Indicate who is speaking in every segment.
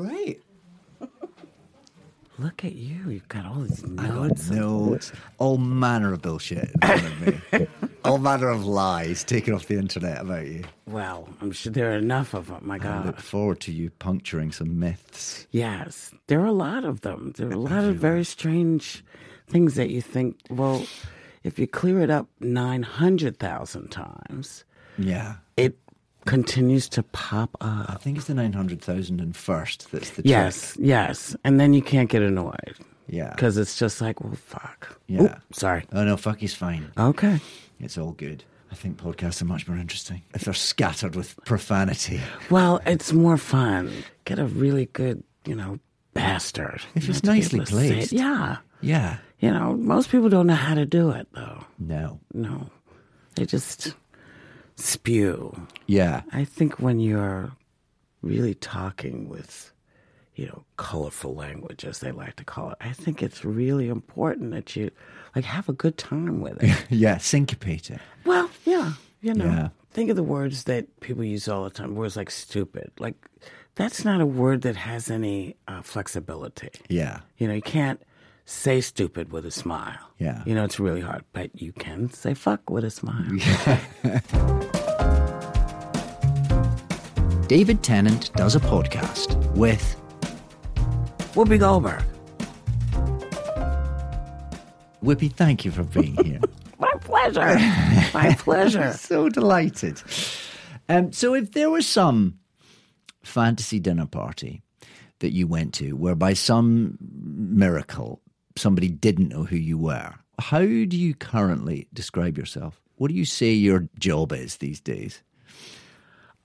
Speaker 1: Great.
Speaker 2: Look at you. You've got all these
Speaker 1: I got
Speaker 2: notes.
Speaker 1: notes, all manner of bullshit in front of me, all manner of lies taken off the internet about you.
Speaker 2: Wow. I'm sure there are enough of them. My
Speaker 1: I
Speaker 2: God.
Speaker 1: look forward to you puncturing some myths.
Speaker 2: Yes. There are a lot of them. There are a lot of very strange things that you think, well, if you clear it up 900,000 times,
Speaker 1: Yeah.
Speaker 2: it continues to pop
Speaker 1: I
Speaker 2: up.
Speaker 1: think it's the 900,000 and first that's the
Speaker 2: Yes. Yes. And then you can't get annoyed
Speaker 1: trick. Yeah.
Speaker 2: because it's just like, well, fuck.
Speaker 1: Yeah.
Speaker 2: Oop, sorry.
Speaker 1: Oh no, fuck, he's fine.
Speaker 2: Okay.
Speaker 1: It's all good. I think podcasts are much more interesting if they're scattered with profanity.
Speaker 2: Well, it's more fun. Get a really good, you know, bastard. you
Speaker 1: If
Speaker 2: know,
Speaker 1: it's
Speaker 2: to be
Speaker 1: nicely
Speaker 2: able to say it.
Speaker 1: placed.
Speaker 2: Yeah.
Speaker 1: Yeah.
Speaker 2: You know, most people don't know how to do it, though.
Speaker 1: No.
Speaker 2: No, they just spew.
Speaker 1: Yeah.
Speaker 2: I think when you're really talking with, you know, colorful language, as they like to call it, I think it's really important that you, like, have a good time with it.
Speaker 1: Yeah. Syncopate it.
Speaker 2: well, yeah, you know,
Speaker 1: Yeah.
Speaker 2: think of the words that people use all the time. Words like stupid, like, that's not a word that has any uh, flexibility.
Speaker 1: Yeah.
Speaker 2: You know, you can't say stupid with a smile.
Speaker 1: Yeah.
Speaker 2: You know, it's really hard, but you can say fuck with a smile.
Speaker 1: David Tennant does a podcast with
Speaker 2: Whoopi Goldberg.
Speaker 1: Whippy. Thank you for being here.
Speaker 2: My pleasure. My pleasure.
Speaker 1: so delighted. Um, so, if there was some fantasy dinner party that you went to where by some miracle somebody didn't know who you were, how do you currently describe yourself? What do you say your job is these days?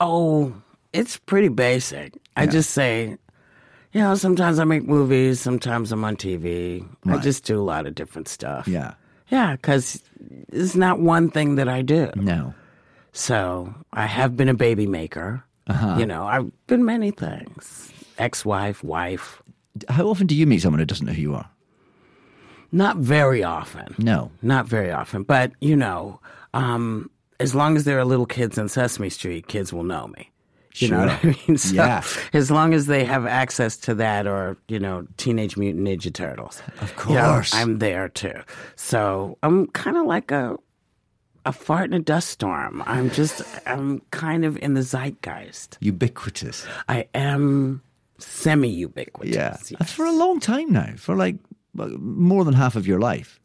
Speaker 2: Oh, it's pretty basic. I just say, you know, sometimes I make movies, sometimes I'm on TV. I just do a lot of different stuff.
Speaker 1: Yeah.
Speaker 2: Yeah, because it's not one thing that I do.
Speaker 1: No.
Speaker 2: So I have been a baby maker. You know, I've been many things ex wife, wife.
Speaker 1: How often do you meet someone who doesn't know who you are?
Speaker 2: Not very often.
Speaker 1: No.
Speaker 2: Not very often, but you know, um, as long as there are little kids in Sesame Street, kids will know me. You know what
Speaker 1: Sure.
Speaker 2: I mean? So,
Speaker 1: Yeah.
Speaker 2: As long as they have access to that, or you know, Teenage Mutant Ninja Turtles. Of
Speaker 1: course.
Speaker 2: I'm there too. So I'm kind of like a a fart in a dust storm. I'm just I'm kind of in the zeitgeist.
Speaker 1: Ubiquitous.
Speaker 2: I am semi ubiquitous.
Speaker 1: For a long time now, for like well, more than half of your life.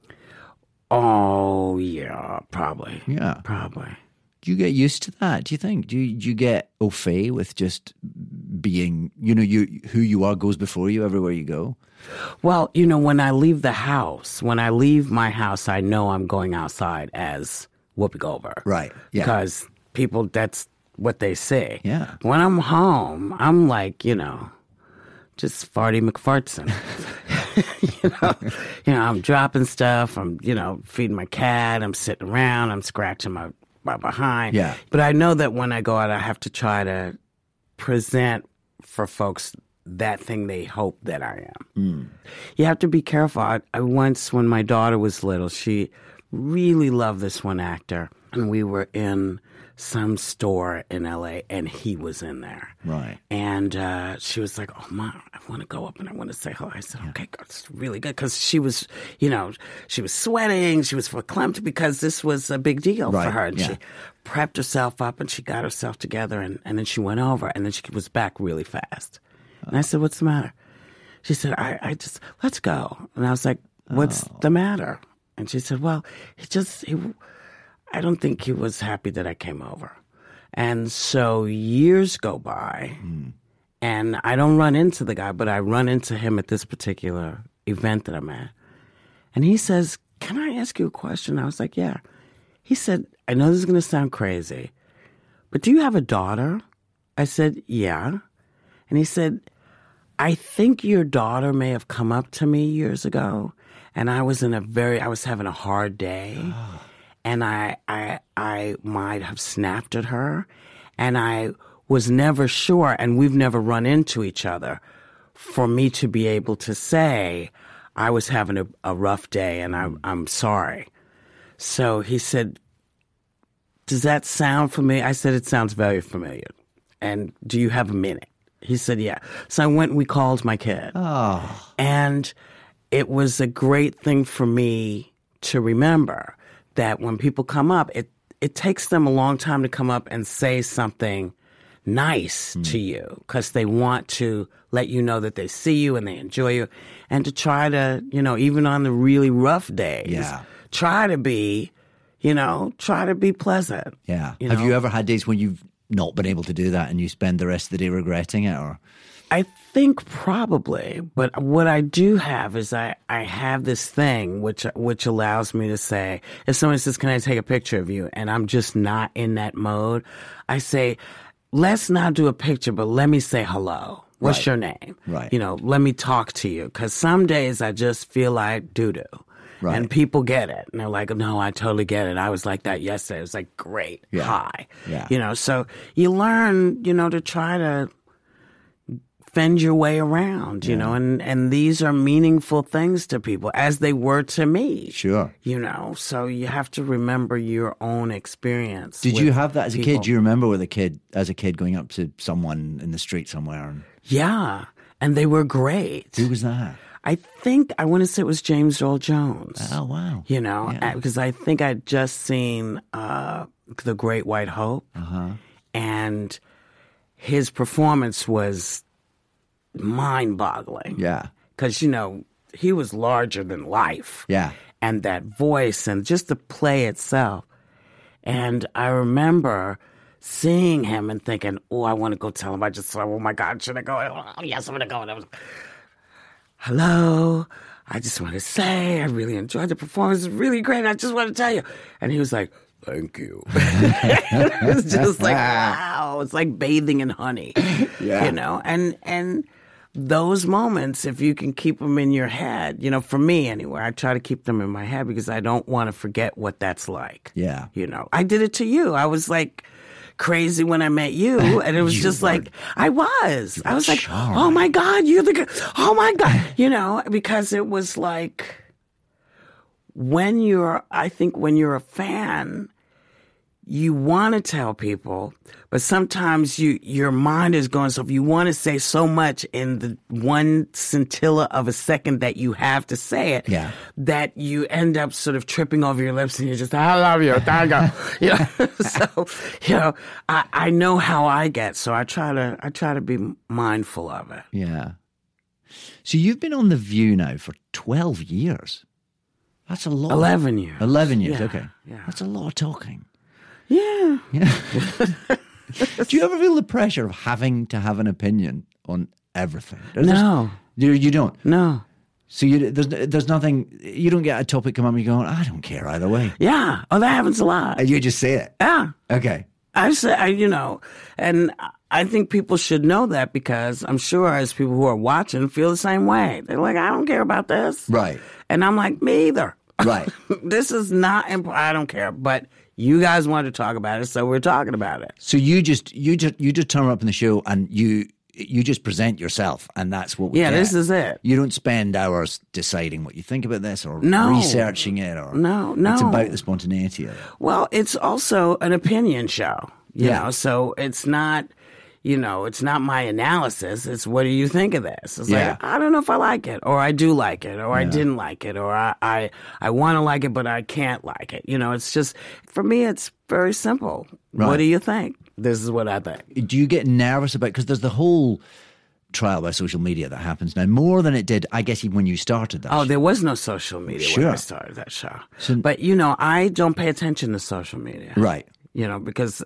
Speaker 2: Oh yeah, probably.
Speaker 1: Yeah.
Speaker 2: Probably.
Speaker 1: Do you get used to that? Do you think? Do you, do you get au fait with just being, you know, you who you are goes before you everywhere you go?
Speaker 2: Well, you know, when I leave the house, when I leave my house, I know I'm going outside as Whoopi Goldberg.
Speaker 1: Right, yeah.
Speaker 2: Because people, that's what they say.
Speaker 1: Yeah.
Speaker 2: When I'm home, I'm like, you know, just Farty McFartson. you know, you know, I'm dropping stuff. I'm, you know, feeding my cat. I'm sitting around. I'm scratching my, my behind.
Speaker 1: Yeah.
Speaker 2: But I know that when I go out, I have to try to present for folks that thing they hope that I am. You have to be careful. I, I once, when my daughter was little, she really loved this one actor, and we were in some store in LA, and he was in there.
Speaker 1: Right.
Speaker 2: And uh, she was like, "Oh, mom, I want to go up and I want to say hello." I said, "Okay, God, it's really good," because she was, you know, she was sweating, she was verklempt because this was a big deal for
Speaker 1: Right,
Speaker 2: her, and
Speaker 1: yeah.
Speaker 2: she prepped herself up and she got herself together, and, and then she went over, and then she was back really fast. And I said, "What's the matter?" She said, "I, I just let's go," and I was like, "What's
Speaker 1: Oh.
Speaker 2: the matter?" And she said, "Well, he just he." I don't think he was happy that I came over. And so years go by,
Speaker 1: Hmm.
Speaker 2: and I don't run into the guy, but I run into him at this particular event that I'm at. And he says, Can I ask you a question? I was like, Yeah. He said, I know this is going to sound crazy, but do you have a daughter? I said, Yeah. And he said, I think your daughter may have come up to me years ago and I was in a very I was having a hard day and I I I might have snapped at her and I was never sure and we've never run into each other for me to be able to say I was having a, a rough day and I, I'm sorry. So he said, does that sound familiar? I said, it sounds very familiar. And do you have a minute? He said, yeah. So I went and we called my kid.
Speaker 1: Ah.
Speaker 2: And it was a great thing for me to remember that when people come up, it, it takes them a long time to come up and say something nice to you because they want to let you know that they see you and they enjoy you and to try to, you know, even on the really rough days,
Speaker 1: Yeah.
Speaker 2: try to be, you know, try to be pleasant.
Speaker 1: Yeah.
Speaker 2: You
Speaker 1: Have
Speaker 2: know?
Speaker 1: you ever had days when you've not been able to do that and you spend the rest of the day regretting it or
Speaker 2: I think probably, but what I do have is I, I have this thing which which allows me to say if someone says, "Can I take a picture of you?" and I'm just not in that mode, I say, "Let's not do a picture, but let me say hello. What's your name?
Speaker 1: Right.
Speaker 2: You know, let me talk to you because some days I just feel like doo doo."
Speaker 1: Right.
Speaker 2: And people get it. And they're like, no, I totally get it. I was like that yesterday. It was like, great,
Speaker 1: Yeah.
Speaker 2: hi.
Speaker 1: Yeah.
Speaker 2: You know, so you learn, you know, to try to fend your way around, you know, and, and these are meaningful things to people as they were to me.
Speaker 1: Sure.
Speaker 2: You know, so you have to remember your own experience.
Speaker 1: Did
Speaker 2: with
Speaker 1: you have that as a
Speaker 2: people.
Speaker 1: kid? Do you remember with a kid as a kid going up to someone in the street somewhere and
Speaker 2: Yeah. And they were great.
Speaker 1: who was that?
Speaker 2: I think, I want to say it was James Earl Jones.
Speaker 1: Oh wow.
Speaker 2: you know,
Speaker 1: Yeah.
Speaker 2: because I think I'd just seen uh, The Great White Hope,
Speaker 1: Uh-huh.
Speaker 2: and his performance was mind boggling.
Speaker 1: Yeah.
Speaker 2: Because, you know, he was larger than life.
Speaker 1: Yeah.
Speaker 2: And that voice and just the play itself. And I remember seeing him and thinking, oh, I want to go tell him. I just saw, oh my God, should I go? Oh, yes, I'm going to go. And I was, hello, I just want to say I really enjoyed the performance. It was really great. I just want to tell you. And he was like, thank you. it was just like, wow. It's like bathing in honey,
Speaker 1: Yeah.
Speaker 2: you know? And, and, those moments, if you can keep them in your head, you know, for me anyway, I try to keep them in my head because I don't want to forget what that's like.
Speaker 1: Yeah.
Speaker 2: You know, I did it to you. I was like crazy when I met you, and it was just like I was. I was like, oh my god, you're the, g- oh my god, you know, because it was like when you're, I think when you're a fan. You want to tell people, but sometimes you your mind is going. So if you want to say so much in the one scintilla of a second that you have to say it,
Speaker 1: Yeah.
Speaker 2: that you end up sort of tripping over your lips and you're just, I love you, thank you. you know? so, you know, I, I know how I get, so I try to I try to be mindful of it.
Speaker 1: Yeah. So you've been on the View now for twelve years. That's a lot.
Speaker 2: Eleven years.
Speaker 1: Eleven years.
Speaker 2: Yeah,
Speaker 1: okay.
Speaker 2: yeah.
Speaker 1: That's a lot of talking.
Speaker 2: Yeah.
Speaker 1: Do you ever feel the pressure of having to have an opinion on everything? There's
Speaker 2: No.
Speaker 1: just- you, you don't.
Speaker 2: No.
Speaker 1: So you there's there's nothing. You don't get a topic come up and you go, I don't care either way.
Speaker 2: Yeah. Oh, that happens a lot.
Speaker 1: And you just say it.
Speaker 2: Yeah.
Speaker 1: Okay.
Speaker 2: I say, I, you know, and I think people should know that because I'm sure as people who are watching feel the same way. They're like, I don't care about this.
Speaker 1: Right.
Speaker 2: And I'm like, me either.
Speaker 1: Right.
Speaker 2: this is not imp- I don't care, but you guys wanted to talk about it, so we're talking about it.
Speaker 1: So you just you just you just turn up in the show and you you just present yourself and that's what we
Speaker 2: Yeah,
Speaker 1: get.
Speaker 2: this is it.
Speaker 1: You don't spend hours deciding what you think about this or
Speaker 2: No.
Speaker 1: researching it or
Speaker 2: No, no.
Speaker 1: It's about the spontaneity of it.
Speaker 2: Well, it's also an opinion show. You
Speaker 1: Yeah.
Speaker 2: know, so it's not you know, it's not my analysis. It's what do you think of this? It's
Speaker 1: Yeah.
Speaker 2: like I don't know if I like it, or I do like it, or I didn't like it, or I I, I want to like it, but I can't like it. You know, it's just for me, it's very simple. What
Speaker 1: Right.
Speaker 2: do you think? This is what I think.
Speaker 1: do you get nervous about because there's the whole trial by social media that happens now more than it did i guess even when you started that
Speaker 2: Oh,
Speaker 1: shit.
Speaker 2: there was no social media when I
Speaker 1: Sure.
Speaker 2: started that show. but you know, I don't pay attention to social media.
Speaker 1: right
Speaker 2: You know, because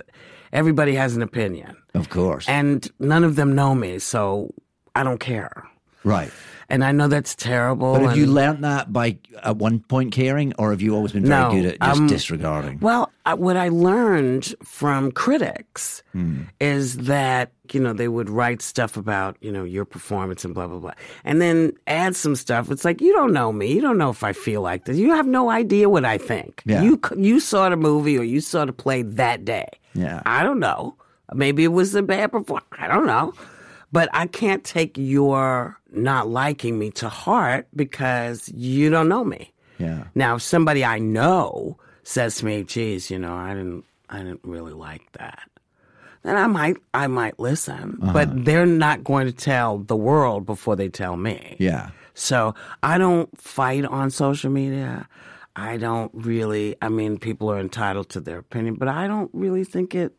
Speaker 2: everybody has an opinion
Speaker 1: of course
Speaker 2: and none of them know me, so I don't care.
Speaker 1: right
Speaker 2: And I know that's terrible.
Speaker 1: But have
Speaker 2: and-
Speaker 1: you learnt that by at one point caring, or have you always been very
Speaker 2: No,
Speaker 1: good at just
Speaker 2: um,
Speaker 1: disregarding?
Speaker 2: Well, I, what I learned from critics
Speaker 1: Hmm.
Speaker 2: is that, you know, they would write stuff about, you know, your performance and blah, blah, blah, and then add some stuff. It's like, you don't know me. You don't know if I feel like this. You have no idea what I think.
Speaker 1: Yeah.
Speaker 2: You, c- you saw the movie or you saw the play that day.
Speaker 1: Yeah.
Speaker 2: I don't know. Maybe it was a bad performance. I don't know. But I can't take your not liking me to heart because you don't know me.
Speaker 1: yeah.
Speaker 2: Now, if somebody I know says to me, "Geez, you know, I didn't, I didn't really like that," then I might, I might listen. But they're not going to tell the world before they tell me.
Speaker 1: Yeah.
Speaker 2: So I don't fight on social media. I don't really. I mean, people are entitled to their opinion, but I don't really think it,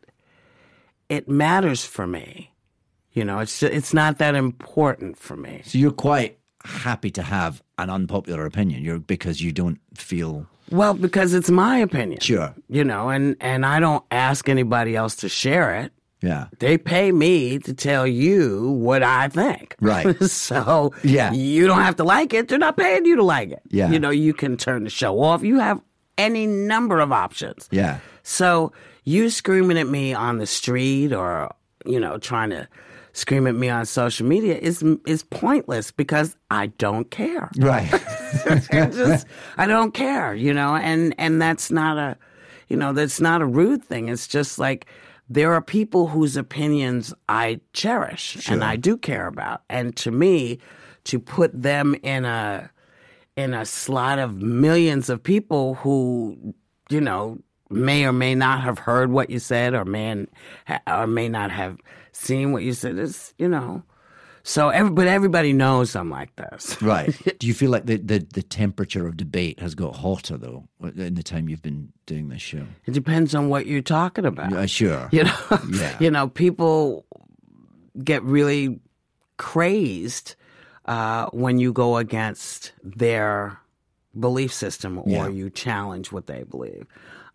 Speaker 2: it matters for me. You know, it's it's not that important for me.
Speaker 1: So you're quite happy to have an unpopular opinion. You're because you don't feel
Speaker 2: Well, because it's my opinion.
Speaker 1: sure.
Speaker 2: you know and and i don't ask anybody else to share it
Speaker 1: Yeah.
Speaker 2: they pay me to tell you what i think
Speaker 1: Right.
Speaker 2: so
Speaker 1: Yeah.
Speaker 2: you don't have to like it they're not paying you to like it
Speaker 1: Yeah.
Speaker 2: you know you can turn the show off you have any number of options
Speaker 1: Yeah.
Speaker 2: so you screaming at me on the street or, you know, trying to scream at me on social media is is pointless because I don't care.
Speaker 1: Right.
Speaker 2: I just I don't care, you know, and and that's not a you know, that's not a rude thing. It's just like there are people whose opinions I cherish and I do care about. And to me, to put them in a in a slot of millions of people who, you know, may or may not have heard what you said or may or may not have seen what you said. It's, you know, so every, but everybody knows I'm like this.
Speaker 1: right. Do you feel like the, the, the temperature of debate has got hotter though in the time you've been doing this show?
Speaker 2: It depends on what you're talking about.
Speaker 1: Uh, sure.
Speaker 2: You know,
Speaker 1: Yeah.
Speaker 2: you know, people get really crazed uh, when you go against their belief system or
Speaker 1: Yeah.
Speaker 2: you challenge what they believe.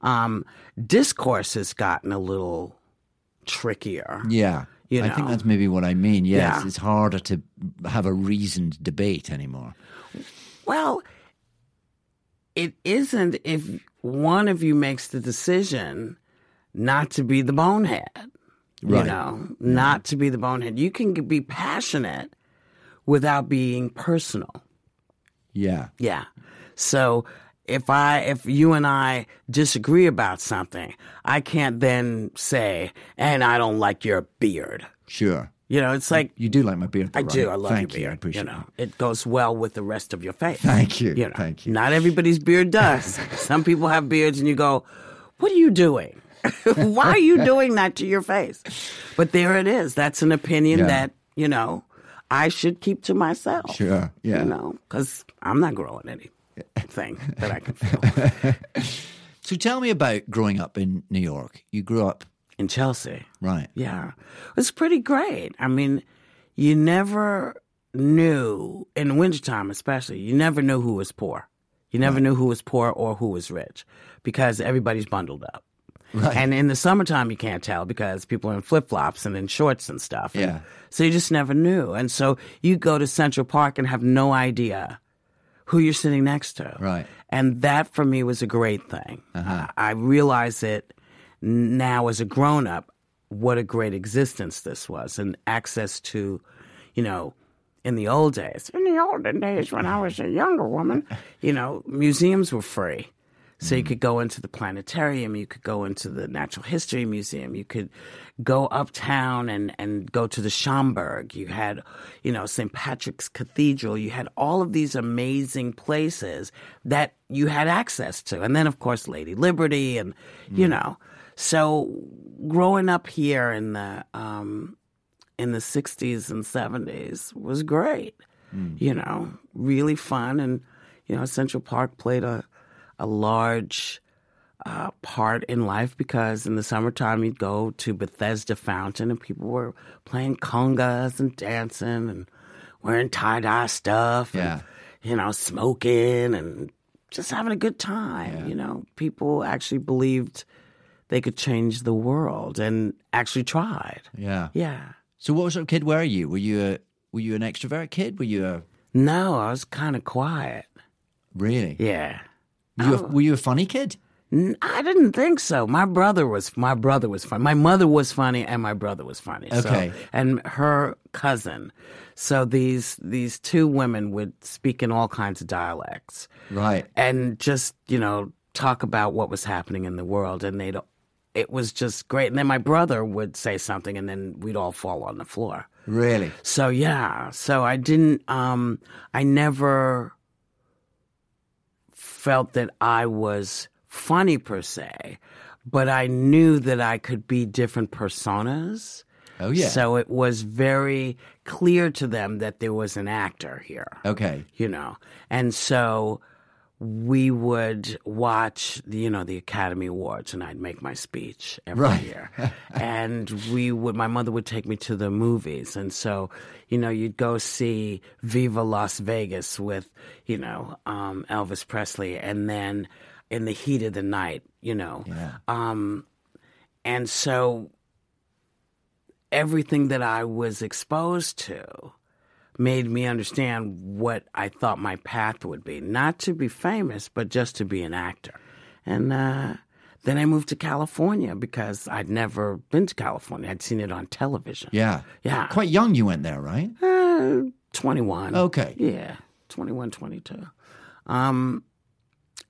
Speaker 2: Um, discourse has gotten a little trickier.
Speaker 1: Yeah.
Speaker 2: You
Speaker 1: I think
Speaker 2: know.
Speaker 1: that's maybe what I mean. Yes,
Speaker 2: Yeah.
Speaker 1: it's harder to have a reasoned debate anymore.
Speaker 2: Well, it isn't if one of you makes the decision not to be the bonehead.
Speaker 1: Right.
Speaker 2: You know, not to be the bonehead. You can be passionate without being personal.
Speaker 1: Yeah.
Speaker 2: Yeah. So if I if you and I disagree about something, I can't then say, "And I don't like your beard."
Speaker 1: Sure.
Speaker 2: You know, it's like
Speaker 1: You do like my beard. though,
Speaker 2: I
Speaker 1: right?
Speaker 2: do. I love
Speaker 1: Thank
Speaker 2: your beard.
Speaker 1: You. I appreciate
Speaker 2: you know, it goes well with the rest of your face.
Speaker 1: Thank you,
Speaker 2: you know,
Speaker 1: thank you.
Speaker 2: Not everybody's beard does. Some people have beards, and you go, "What are you doing? Why are you doing that to your face?" But there it is. That's an opinion
Speaker 1: Yeah.
Speaker 2: that you know I should keep to myself.
Speaker 1: it. Sure. Yeah.
Speaker 2: You know, because I'm not growing anything that I can feel
Speaker 1: So tell me about growing up in New York. You grew up
Speaker 2: in Chelsea.
Speaker 1: right.
Speaker 2: Yeah. It's pretty great. I mean, you never knew, in the wintertime especially, you never knew who was poor. You never knew who was poor or who was rich because everybody's bundled up.
Speaker 1: Right.
Speaker 2: And in the summertime, you can't tell because people are in flip flops and in shorts and stuff. And
Speaker 1: Yeah.
Speaker 2: so you just never knew. And so you go to Central Park and have no idea who you're sitting next to.
Speaker 1: Right.
Speaker 2: And that for me was a great thing. I I realize it now as a grown up what a great existence this was and access to, you know, in the old days. In the olden days when I was a younger woman, you know, museums were free. So you could go into the planetarium, you could go into the Natural History Museum, you could go uptown and, and go to the Schomburg. You had, you know, St. Patrick's Cathedral. You had all of these amazing places that you had access to. And then, of course, Lady Liberty and, you know. So growing up here in the, um, in the 60s and 70s was great. You know, really fun. And, you know, Central Park played a, a large uh, part in life because in the summertime you'd go to Bethesda Fountain and people were playing congas and dancing and wearing tie dye stuff.
Speaker 1: Yeah.
Speaker 2: And, you know, smoking and just having a good time. You know, people actually believed they could change the world and actually tried.
Speaker 1: Yeah.
Speaker 2: Yeah.
Speaker 1: So what sort of kid were you? Were you a were you an extrovert kid? Were you a
Speaker 2: No, I was kind of quiet.
Speaker 1: Really?
Speaker 2: Yeah. Oh.
Speaker 1: Were you a, were you a funny kid?
Speaker 2: N- I didn't think so. My brother was my brother was funny. My mother was funny, and my brother was funny. So-
Speaker 1: Okay.
Speaker 2: and her cousin. So these these two women would speak in all kinds of dialects,
Speaker 1: Right.
Speaker 2: and just you know talk about what was happening in the world, and they'd it was just great. And then my brother would say something, and then we'd all fall on the floor.
Speaker 1: Really?
Speaker 2: So yeah, so I didn't um I never felt that I was funny per se, but I knew that I could be different personas.
Speaker 1: Oh yeah.
Speaker 2: So it was very clear to them that there was an actor here
Speaker 1: okay.
Speaker 2: you know. And so we would watch, the, you know, the Academy Awards, and I'd make my speech every
Speaker 1: Right.
Speaker 2: year. and we would, my mother would take me to the movies, and so, you know, you'd go see Viva Las Vegas with, you know, um, Elvis Presley, and then in the heat of the night, you know,
Speaker 1: Yeah.
Speaker 2: um, and so everything that I was exposed to made me understand what I thought my path would be. Not to be famous, but just to be an actor. And uh, then I moved to California because I'd never been to California. I'd seen it on television.
Speaker 1: Yeah.
Speaker 2: Yeah.
Speaker 1: Quite young you went there, right?
Speaker 2: Uh, 21.
Speaker 1: Okay.
Speaker 2: Yeah, 21, 22. Um,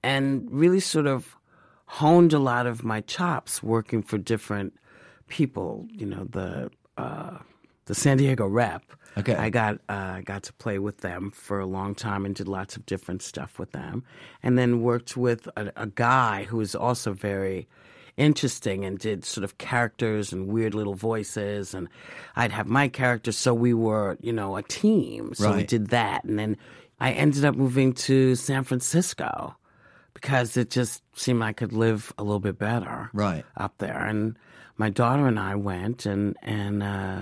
Speaker 2: and really sort of honed a lot of my chops working for different people. You know, the uh, the San Diego rep.
Speaker 1: Okay.
Speaker 2: I got uh, got to play with them for a long time and did lots of different stuff with them, and then worked with a, a guy who was also very interesting and did sort of characters and weird little voices and I'd have my character so we were you know a team so we
Speaker 1: Right.
Speaker 2: did that and then I ended up moving to San Francisco because it just seemed I could live a little bit better
Speaker 1: Right.
Speaker 2: up there and my daughter and I went and and uh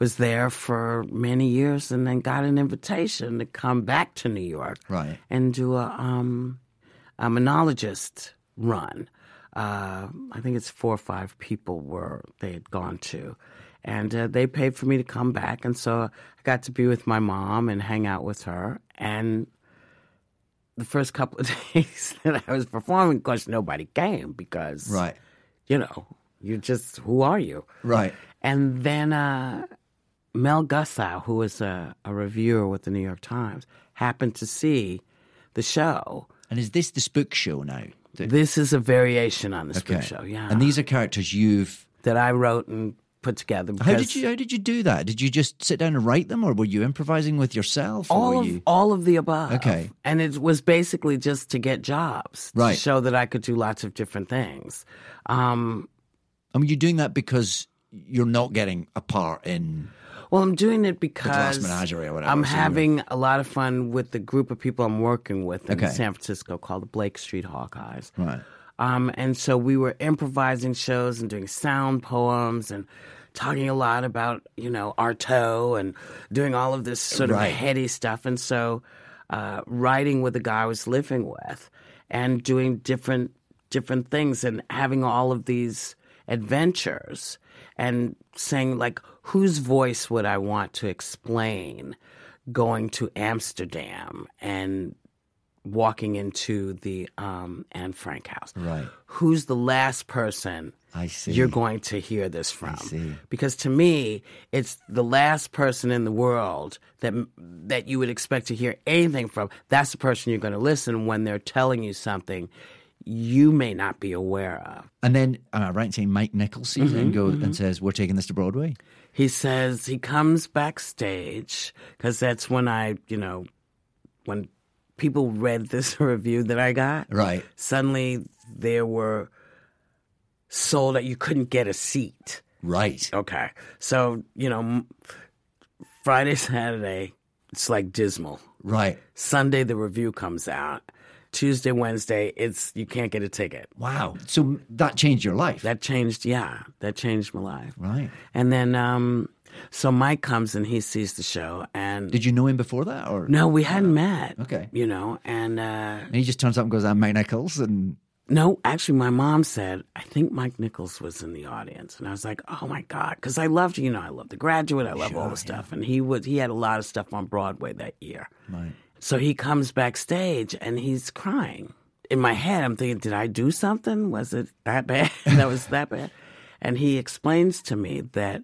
Speaker 2: was there for many years and then got an invitation to come back to New York
Speaker 1: Right.
Speaker 2: and do a um a monologist run. Uh, I think it's four or five people were they had gone to, and uh, they paid for me to come back, and so I got to be with my mom and hang out with her. And the first couple of days that I was performing, of course, nobody came because
Speaker 1: Right.
Speaker 2: you know you just who are you?
Speaker 1: Right.
Speaker 2: And then uh, Mel Gussow, who was a, a reviewer with the New York Times, happened to see the show.
Speaker 1: And is this the spook show now? The-
Speaker 2: This is a variation on the Spook
Speaker 1: okay.
Speaker 2: Show, yeah.
Speaker 1: And these are characters you've.
Speaker 2: that I wrote and put together.
Speaker 1: How
Speaker 2: because
Speaker 1: did you How did you do that? Did you just sit down and write them, or were you improvising with yourself? Or
Speaker 2: All
Speaker 1: were
Speaker 2: of
Speaker 1: you...
Speaker 2: all of the above.
Speaker 1: Okay.
Speaker 2: and it was basically just to get jobs, to
Speaker 1: Right.
Speaker 2: show that I could do lots of different things. Um,
Speaker 1: I mean, you're doing that because you're not getting a part in.
Speaker 2: Well, I'm doing it because
Speaker 1: Menagerie or whatever,
Speaker 2: I'm
Speaker 1: so you're-
Speaker 2: having a lot of fun with the group of people I'm working with in
Speaker 1: Okay.
Speaker 2: San Francisco called the Blake Street Hawkeyes.
Speaker 1: Right.
Speaker 2: Um, and so we were improvising shows and doing sound poems and talking a lot about, you know, Arto and doing all of this sort
Speaker 1: Right.
Speaker 2: of heady stuff. And so uh, writing with the guy I was living with and doing different different things and having all of these adventures and saying like whose voice would I want to explain going to Amsterdam and walking into the um, Anne Frank house.
Speaker 1: Right.
Speaker 2: Who's the last person
Speaker 1: I see.
Speaker 2: you're going to hear this from?
Speaker 1: see.
Speaker 2: Because to me, it's the last person in the world that that you would expect to hear anything from. That's the person you're going to listen when they're telling you something you may not be aware of.
Speaker 1: And then am I right in saying Mike Nichols sees
Speaker 2: Mm-hmm,
Speaker 1: it and goes and says, "We're taking this to Broadway."
Speaker 2: He says he comes backstage because that's when I, you know, when people read this review that I got.
Speaker 1: Right.
Speaker 2: suddenly there were sold that you couldn't get a seat.
Speaker 1: Right.
Speaker 2: Okay. So, you know, m- Friday, Saturday, it's like dismal.
Speaker 1: Right.
Speaker 2: Sunday, the review comes out. Tuesday, Wednesday, it's you can't get a ticket.
Speaker 1: Wow. So that changed your life.
Speaker 2: That changed, yeah, that changed my life.
Speaker 1: right.
Speaker 2: And then, um, so Mike comes and he sees the show, and
Speaker 1: Did you know him before that, or
Speaker 2: no, we hadn't met.
Speaker 1: Okay.
Speaker 2: You know, and uh,
Speaker 1: And he just turns up and goes, "I'm Mike Nichols," and
Speaker 2: No, actually, my mom said, I think Mike Nichols was in the audience. And I was like, oh my God. Because I loved, you know, I loved The Graduate. I love all the stuff. And he was, he had a lot of stuff on Broadway that year.
Speaker 1: Right.
Speaker 2: So he comes backstage and he's crying. In my head, I'm thinking, did I do something? Was it that bad? that was that bad. And he explains to me that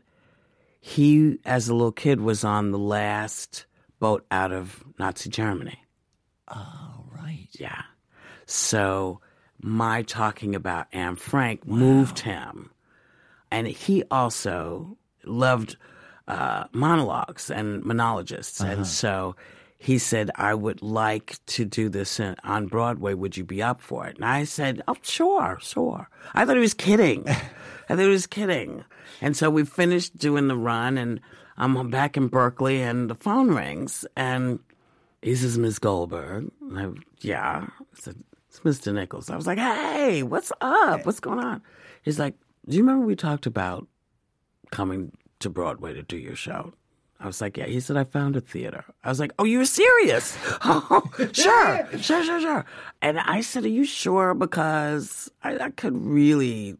Speaker 2: he, as a little kid, was on the last boat out of Nazi Germany. Oh,
Speaker 1: All right.
Speaker 2: Yeah. So my talking about Anne Frank moved him. And he also loved uh, monologues and monologists. And so he said, I would like to do this in, on Broadway. Would you be up for it? And I said, Oh, sure, sure. I thought he was kidding. I thought he was kidding. And so we finished doing the run, and I'm back in Berkeley, and the phone rings. And this is Miss Goldberg. And I, yeah. I said, it's Mr. Nichols. I was like, hey, what's up? What's going on? He's like, do you remember we talked about coming to Broadway to do your show? I was like, yeah. He said, I found a theater. I was like, oh, you're serious? Oh, sure, sure, sure, sure. And I said, are you sure? Because I, I could really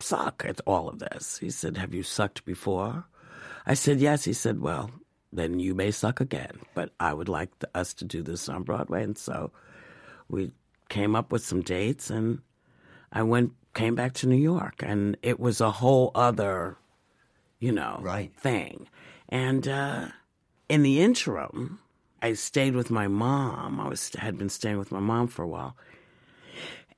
Speaker 2: suck at all of this. He said, Have you sucked before? I said, Yes. He said, Well, then you may suck again, but I would like th- us to do this on Broadway. And so we came up with some dates and I went, came back to New York. And it was a whole other, you know,
Speaker 1: Right.
Speaker 2: thing. And uh, in the interim, I stayed with my mom. I was had been staying with my mom for a while.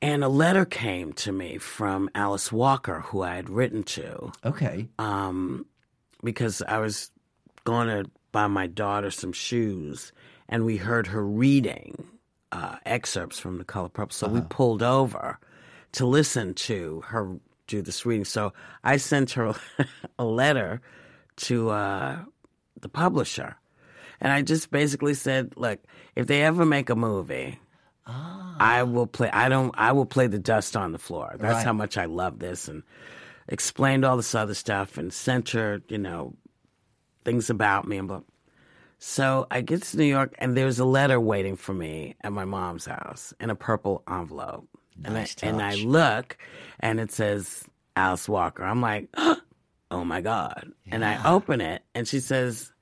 Speaker 2: And a letter came to me from Alice Walker, who I had written to,
Speaker 1: Okay.
Speaker 2: um, because I was going to buy my daughter some shoes, and we heard her reading uh, excerpts from The Color Purple. So we pulled over to listen to her do this reading. So I sent her a letter to uh, the publisher, and I just basically said, "Look, if they ever make a movie." I will play. I don't. I will play the dust on the floor. That's
Speaker 1: Right.
Speaker 2: how much I love this, and explained all this other stuff and sent her, you know, things about me and blah. So I get to New York and there's a letter waiting for me at my mom's house in a purple envelope.
Speaker 1: Nice
Speaker 2: and, I,
Speaker 1: touch.
Speaker 2: and I look and it says Alice Walker. I'm like, oh my God. And I open it and she says,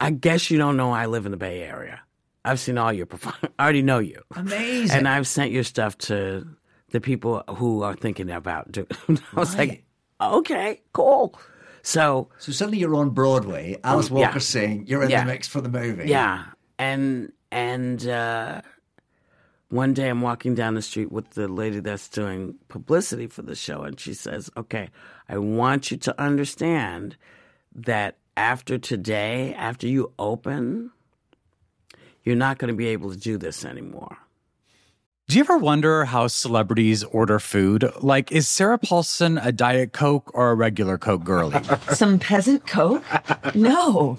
Speaker 2: I guess you don't know I live in the Bay Area. I've seen all your perform. I already know you.
Speaker 1: Amazing.
Speaker 2: And I've sent your stuff to the people who are thinking about doing. I was
Speaker 1: Right.
Speaker 2: like, okay, cool. So
Speaker 1: so suddenly you're on Broadway. Alice
Speaker 2: yeah.
Speaker 1: Walker saying you're in
Speaker 2: Yeah.
Speaker 1: the mix for the movie.
Speaker 2: yeah, and and uh, one day I'm walking down the street with the lady that's doing publicity for the show, and she says, "Okay, I want you to understand that after today, after you open, you're not going to be able to do this anymore."
Speaker 3: Do you ever wonder how celebrities order food? Like, is Sarah Paulson a Diet Coke or a regular Coke girlie?
Speaker 4: Some peasant coke? No.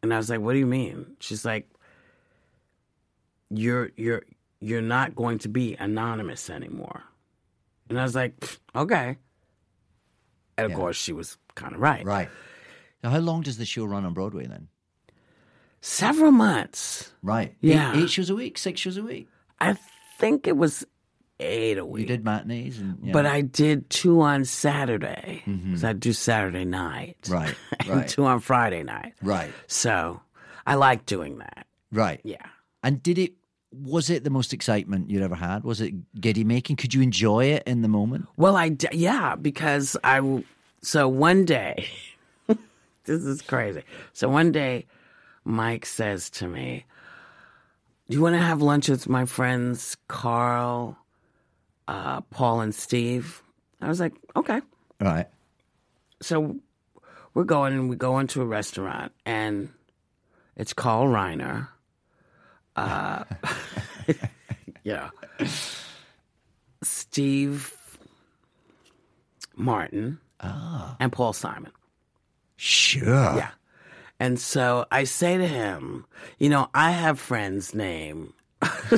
Speaker 2: And I was like, "What do you mean?" She's like, "You're you're you're not going to be anonymous anymore." And I was like, "Pfft, "Okay." And of course, she was kind of right.
Speaker 1: Right. Now, how long does the show run on Broadway then?
Speaker 2: Several months.
Speaker 1: Right.
Speaker 2: Yeah.
Speaker 1: Eight, eight shows a week, six shows a week.
Speaker 2: I think it was eight a
Speaker 1: You
Speaker 2: week,
Speaker 1: did matinees and yeah. Mm-hmm.
Speaker 2: but I did two on Saturday because I do Saturday night,
Speaker 1: Right,
Speaker 2: and
Speaker 1: right.
Speaker 2: two on Friday night.
Speaker 1: right,
Speaker 2: So I like doing that.
Speaker 1: right.
Speaker 2: Yeah.
Speaker 1: And did it? Was it the most excitement you'd ever had? Was it giddy making? Could you enjoy it in the moment?
Speaker 2: Well, I d- yeah, because I w- so one day, this is crazy. So one day, Mike says to me, "Do you want to have lunch with my friends Carl, uh, Paul, and Steve?" I was like, "Okay."
Speaker 1: Right.
Speaker 2: So we're going and we go into a restaurant, and it's Carl Reiner. Uh, yeah, Steve. Martin, and Paul Simon.
Speaker 1: Sure.
Speaker 2: Yeah. And so I say to him, you know, I have friends named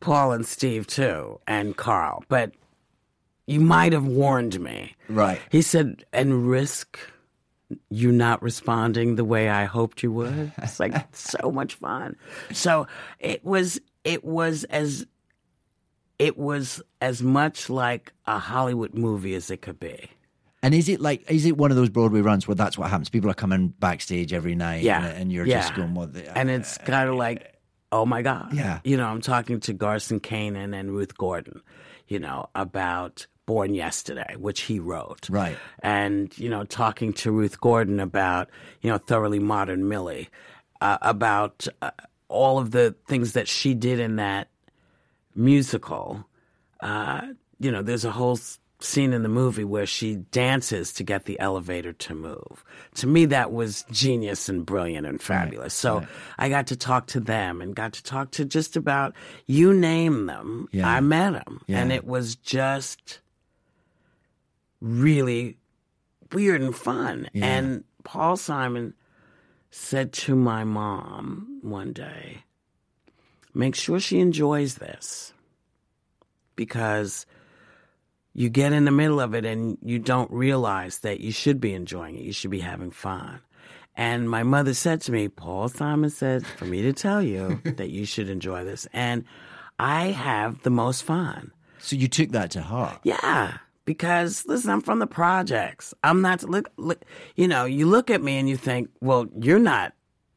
Speaker 2: Paul and Steve too, and Carl, but you might have warned me.
Speaker 1: Right.
Speaker 2: He said, and risk you not responding the way I hoped you would. It's like so much fun. So it was it was as it was as much like a Hollywood movie as it could be.
Speaker 1: And is it like is it one of those Broadway runs where that's what happens? People are coming backstage every night,
Speaker 2: Yeah.
Speaker 1: and, and you're
Speaker 2: yeah.
Speaker 1: just going, "What?" The,
Speaker 2: and it's kind of like, oh my God.
Speaker 1: Yeah.
Speaker 2: You know, I'm talking to Garson Kanan and Ruth Gordon, you know, about Born Yesterday, which he wrote.
Speaker 1: Right.
Speaker 2: And, you know, talking to Ruth Gordon about, you know, Thoroughly Modern Millie, uh, about uh, all of the things that she did in that musical. Uh, you know, there's a whole s- scene in the movie where she dances to get the elevator to move. To me, that was genius and brilliant and fabulous. So I got to talk to them and got to talk to just about you name them.
Speaker 1: Yeah.
Speaker 2: I met them, and
Speaker 1: Yeah.
Speaker 2: it was just really weird and fun. And Paul Simon said to my mom one day, make sure she enjoys this because you get in the middle of it and you don't realize that you should be enjoying it. You should be having fun. And my mother said to me, Paul Simon said for me to tell you that you should enjoy this. And I have the most fun.
Speaker 1: so you took that to heart.
Speaker 2: Yeah, because listen, I'm from the projects. I'm not look, look. You know, you look at me and you think, well, you're not.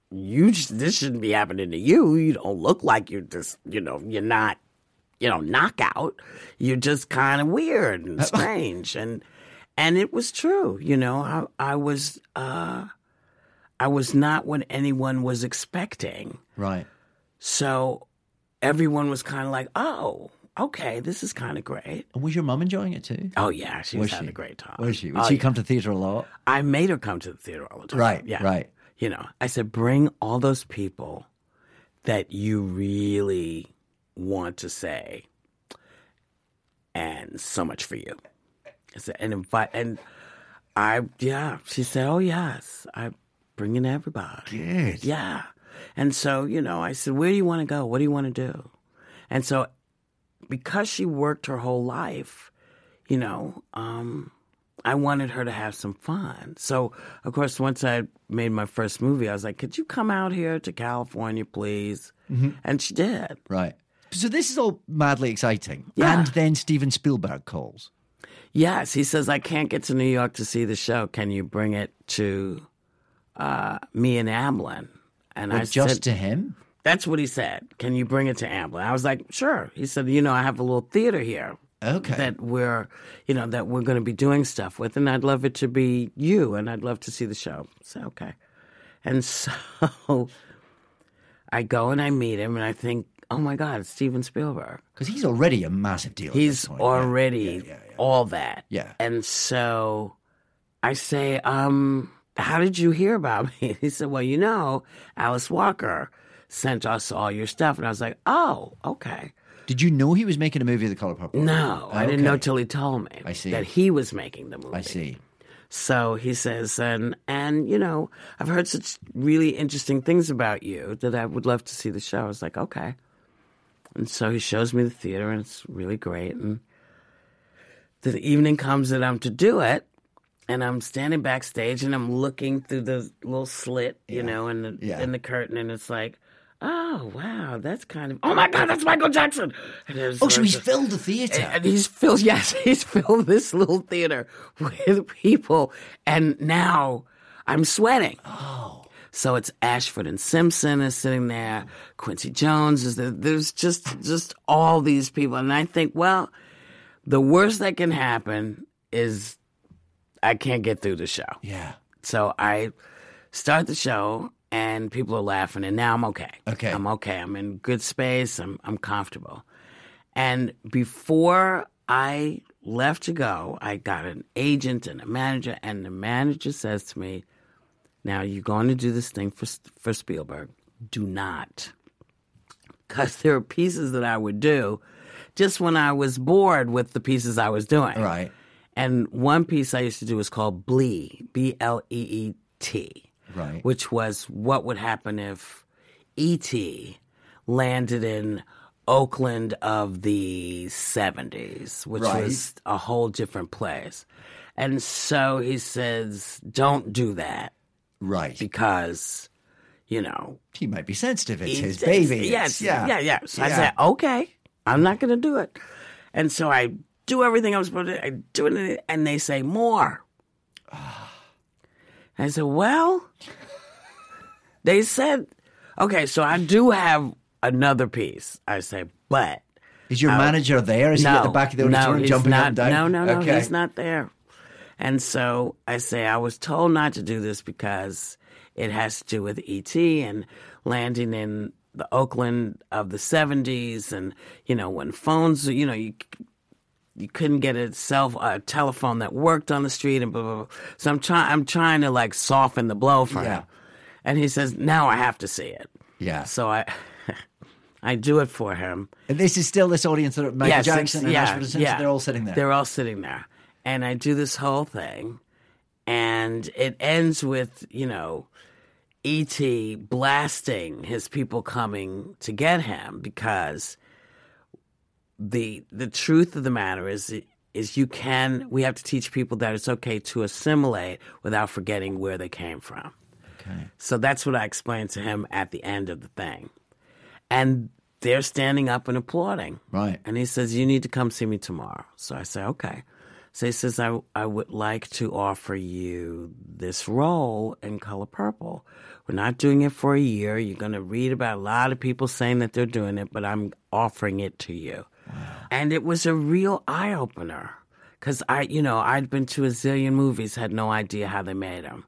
Speaker 2: You just, this shouldn't be happening to you. You don't look like you're just. You know, you're not. You know, knockout. You're just kind of weird and strange, and and it was true. You know, I I was uh, I was not what anyone was expecting.
Speaker 1: Right.
Speaker 2: So everyone was kind of like, oh, okay, this is kind of great.
Speaker 1: And was your mum enjoying it too?
Speaker 2: Oh yeah, she was,
Speaker 1: Was
Speaker 2: having
Speaker 1: she?
Speaker 2: a great time.
Speaker 1: Was she? Would
Speaker 2: Oh,
Speaker 1: she
Speaker 2: yeah.
Speaker 1: come to theatre a lot?
Speaker 2: I made her come to the theater all the time.
Speaker 1: Right,
Speaker 2: Yeah.
Speaker 1: right.
Speaker 2: You know, I said, bring all those people that you really want to say, and so much for you. I said, and invite, and I, yeah. She said, oh yes, I'm bringing everybody.
Speaker 1: Good.
Speaker 2: Yeah. And so, you know, I said, Where do you want to go? What do you want to do? And so, because she worked her whole life, you know, um, I wanted her to have some fun. So, of course, once I made my first movie, I was like, Could you come out here to California, please? And she did.
Speaker 1: Right. So this is all madly exciting.
Speaker 2: Yeah.
Speaker 1: And then Steven Spielberg calls.
Speaker 2: Yes. He says, I can't get to New York to see the show. Can you bring it to uh, me and Amblin? And
Speaker 1: Or
Speaker 2: I
Speaker 1: just
Speaker 2: said,
Speaker 1: to him.
Speaker 2: That's what he said. Can you bring it to Amblin? I was like, sure. He said, you know, I have a little theater here
Speaker 1: Okay.
Speaker 2: that we're, you know, that we're going to be doing stuff with, and I'd love it to be you, and I'd love to see the show. So okay, and so I go and I meet him, and I think, oh my God, it's Steven Spielberg.
Speaker 1: Because he's already a massive deal. at
Speaker 2: He's
Speaker 1: this point, yeah.
Speaker 2: already all that.
Speaker 1: Yeah.
Speaker 2: And so I say, um, how did you hear about me? He said, well, you know, Alice Walker sent us all your stuff. And I was like, oh, okay.
Speaker 1: Did you know he was making a movie of the color purple?
Speaker 2: No, I didn't
Speaker 1: Okay.
Speaker 2: know till he told me
Speaker 1: I see.
Speaker 2: that he was making the movie.
Speaker 1: I see.
Speaker 2: So he says, and and you know, I've heard such really interesting things about you that I would love to see the show. I was like, okay. And so he shows me the theater, and it's really great. And the evening comes that I'm to do it, and I'm standing backstage, and I'm looking through the little slit, you know, in the
Speaker 1: Yeah.
Speaker 2: in the curtain, and it's like. Oh wow, that's kind of oh my god, that's Michael Jackson. And it Eh, was
Speaker 1: Oh, so
Speaker 2: like-
Speaker 1: he's filled the theatre.
Speaker 2: and he's filled, yes, he's filled this little theater with people. And now I'm sweating. Oh. So it's Ashford and Simpson is sitting there. Quincy Jones is there. There's just, just all these people. And I think, well, the worst that can happen is I can't get through the show.
Speaker 1: Yeah.
Speaker 2: So I start the show and people are laughing and now I'm okay.
Speaker 1: Okay.
Speaker 2: I'm okay. I'm in good space. I'm I'm comfortable. And before I left to go, I got an agent and a manager and the manager says to me, "Now you're going to do this thing for for Spielberg. Do not cuz there are pieces that I would do just when I was bored with the pieces I was doing."
Speaker 1: Right.
Speaker 2: And one piece I used to do was called Blee, B L E E T,
Speaker 1: Right.
Speaker 2: which was what would happen if E.T. landed in Oakland of the 70s, which
Speaker 1: Right.
Speaker 2: was a whole different place. And so he says, don't do that
Speaker 1: Right.
Speaker 2: because, you know,
Speaker 1: He might be sensitive. It's his
Speaker 2: it's- it's-
Speaker 1: baby.
Speaker 2: Yes, yeah,
Speaker 1: It's-
Speaker 2: yeah. yeah. So I
Speaker 1: Yeah.
Speaker 2: said, okay, I'm not going to do it. And so I do everything I'm supposed to. I do it, and they say more. I said, well, they said, okay. So I do have another piece. I say, but
Speaker 1: Is your manager there? Is he at the back of the
Speaker 2: Uh, no,
Speaker 1: auditorium
Speaker 2: he's
Speaker 1: jumping
Speaker 2: not,
Speaker 1: up and down?
Speaker 2: No, no, no, he's not there. And so I say, I was told not to do this because it has to do with ET and landing in the Oakland of the 70s and, you know, when phones, you know, you. You couldn't get a cell a telephone that worked on the street and blah blah. blah. So I'm trying I'm trying to like soften the blow for
Speaker 1: Yeah.
Speaker 2: him, and he says now I have to see it.
Speaker 1: Yeah.
Speaker 2: So I I do it for him,
Speaker 1: And this is still this audience that are Michael
Speaker 2: Yes,
Speaker 1: Jackson
Speaker 2: ex-
Speaker 1: and
Speaker 2: yeah,
Speaker 1: Ashford and Simpson.
Speaker 2: yeah.
Speaker 1: They're all sitting there.
Speaker 2: They're all sitting there. And I do this whole thing, and it ends with, you know, E.T. blasting his people coming to get him because the the truth of the matter is is you can we have to teach people that it's okay to assimilate without forgetting where they came from.
Speaker 1: okay.
Speaker 2: So that's what I explained to him at the end of the thing. And they're standing up and applauding.
Speaker 1: Right.
Speaker 2: And he says, You need to come see me tomorrow. So I say, Okay. So he says, I, I would like to offer you this role in Color Purple. We're not doing it for a year. You're going to read about a lot of people saying that they're doing it, but I'm offering it to you. And it was a real eye opener because I, you know, I'd been to a zillion movies, had no idea how they made them.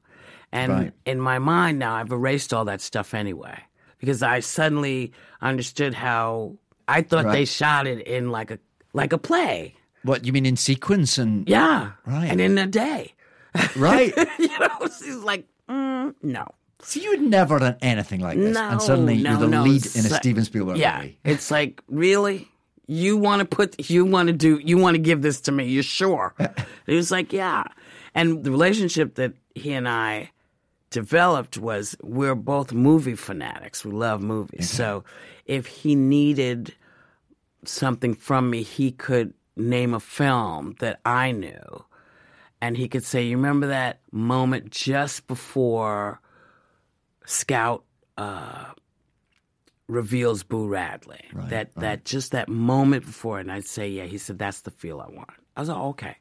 Speaker 2: And
Speaker 1: Right.
Speaker 2: in my mind now, I've erased all that stuff anyway because I suddenly understood how I thought
Speaker 1: Right.
Speaker 2: they shot it in like a like a play.
Speaker 1: What you mean in sequence and
Speaker 2: Yeah,
Speaker 1: Right.
Speaker 2: And in a day,
Speaker 1: right?
Speaker 2: you know, she's like, mm, no,
Speaker 1: so you had never done anything like this,
Speaker 2: no,
Speaker 1: and suddenly
Speaker 2: no,
Speaker 1: you're the
Speaker 2: no.
Speaker 1: lead in a
Speaker 2: So-
Speaker 1: Steven Spielberg
Speaker 2: Yeah,
Speaker 1: movie.
Speaker 2: it's like really. You want to put, you want to do, you want to give this to me. You're sure? And he was like, yeah. And the relationship that he and I developed was we're both movie fanatics. We love movies. So if he needed something from me, he could name a film that I knew. And he could say, You remember that moment just before Scout uh, reveals Boo Radley? that that just that moment before, and I'd say, Yeah, he said, That's the feel I want. I was like, Okay.